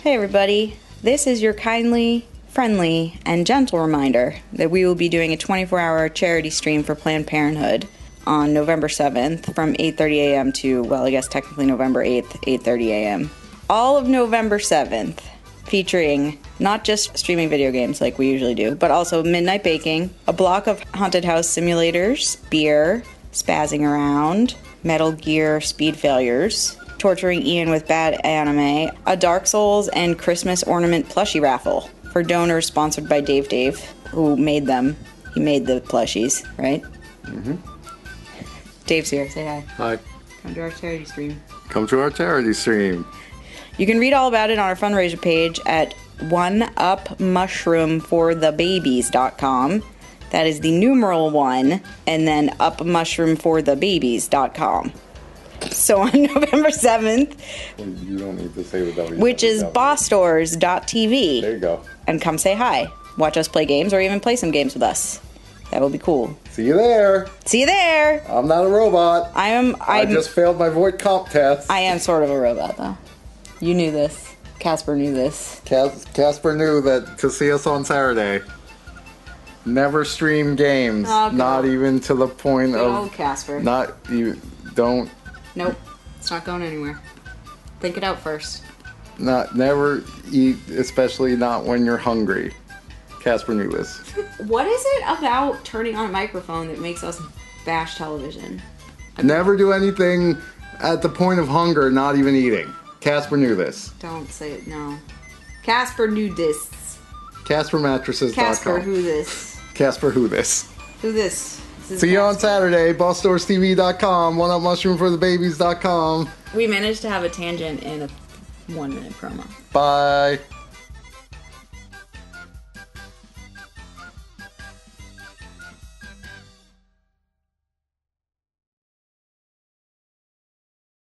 Hey, everybody. This is your kindly, friendly, and gentle reminder that we will be doing a 24-hour charity stream for Planned Parenthood on November 7th from 8:30 a.m. to well, I guess technically November 8th, 8:30 a.m. All of November 7th featuring not just streaming video games like we usually do, but also midnight baking, a block of haunted house simulators, beer, spazzing around, Metal Gear speed failures, torturing Ian with bad anime, a Dark Souls and Christmas ornament plushie raffle for donors sponsored by Dave Dave, who made them. He made the plushies, right? Mm-hmm. Dave's here. Say hi. Hi. Come to our charity stream. Come to our charity stream. You can read all about it on our fundraiser page at oneupmushroomforthebabies.com. That is the numeral one, and then upmushroomforthebabies.com. So on November 7th, You don't need to say the W. which is There you bossstores.tv, go. and come say hi. Watch us play games or even play some games with us. That will be cool. See you there. See you there. I'm not a robot. I am i I'm, just failed my void comp test. I am sort of a robot though. You knew this. Casper knew this. Cas- Casper knew that to see us on Saturday. Never stream games. Oh, good Not old- even to the point Oh, of Casper. not you don't Nope. It's not going anywhere. Think it out first. not never eat especially not when you're hungry. Casper knew this. What is it about turning on a microphone that makes us bash television? Never do anything at the point of hunger, not even eating. Casper knew this. Don't say it, no. Casper knew this. CasperMattresses.com. Casper, who this? Casper who this. Who this? This is See you on Casper. Saturday, BossStoresTV.com, OneUpMushroomForTheBabies.com. We managed to have a tangent in a one minute promo. Bye.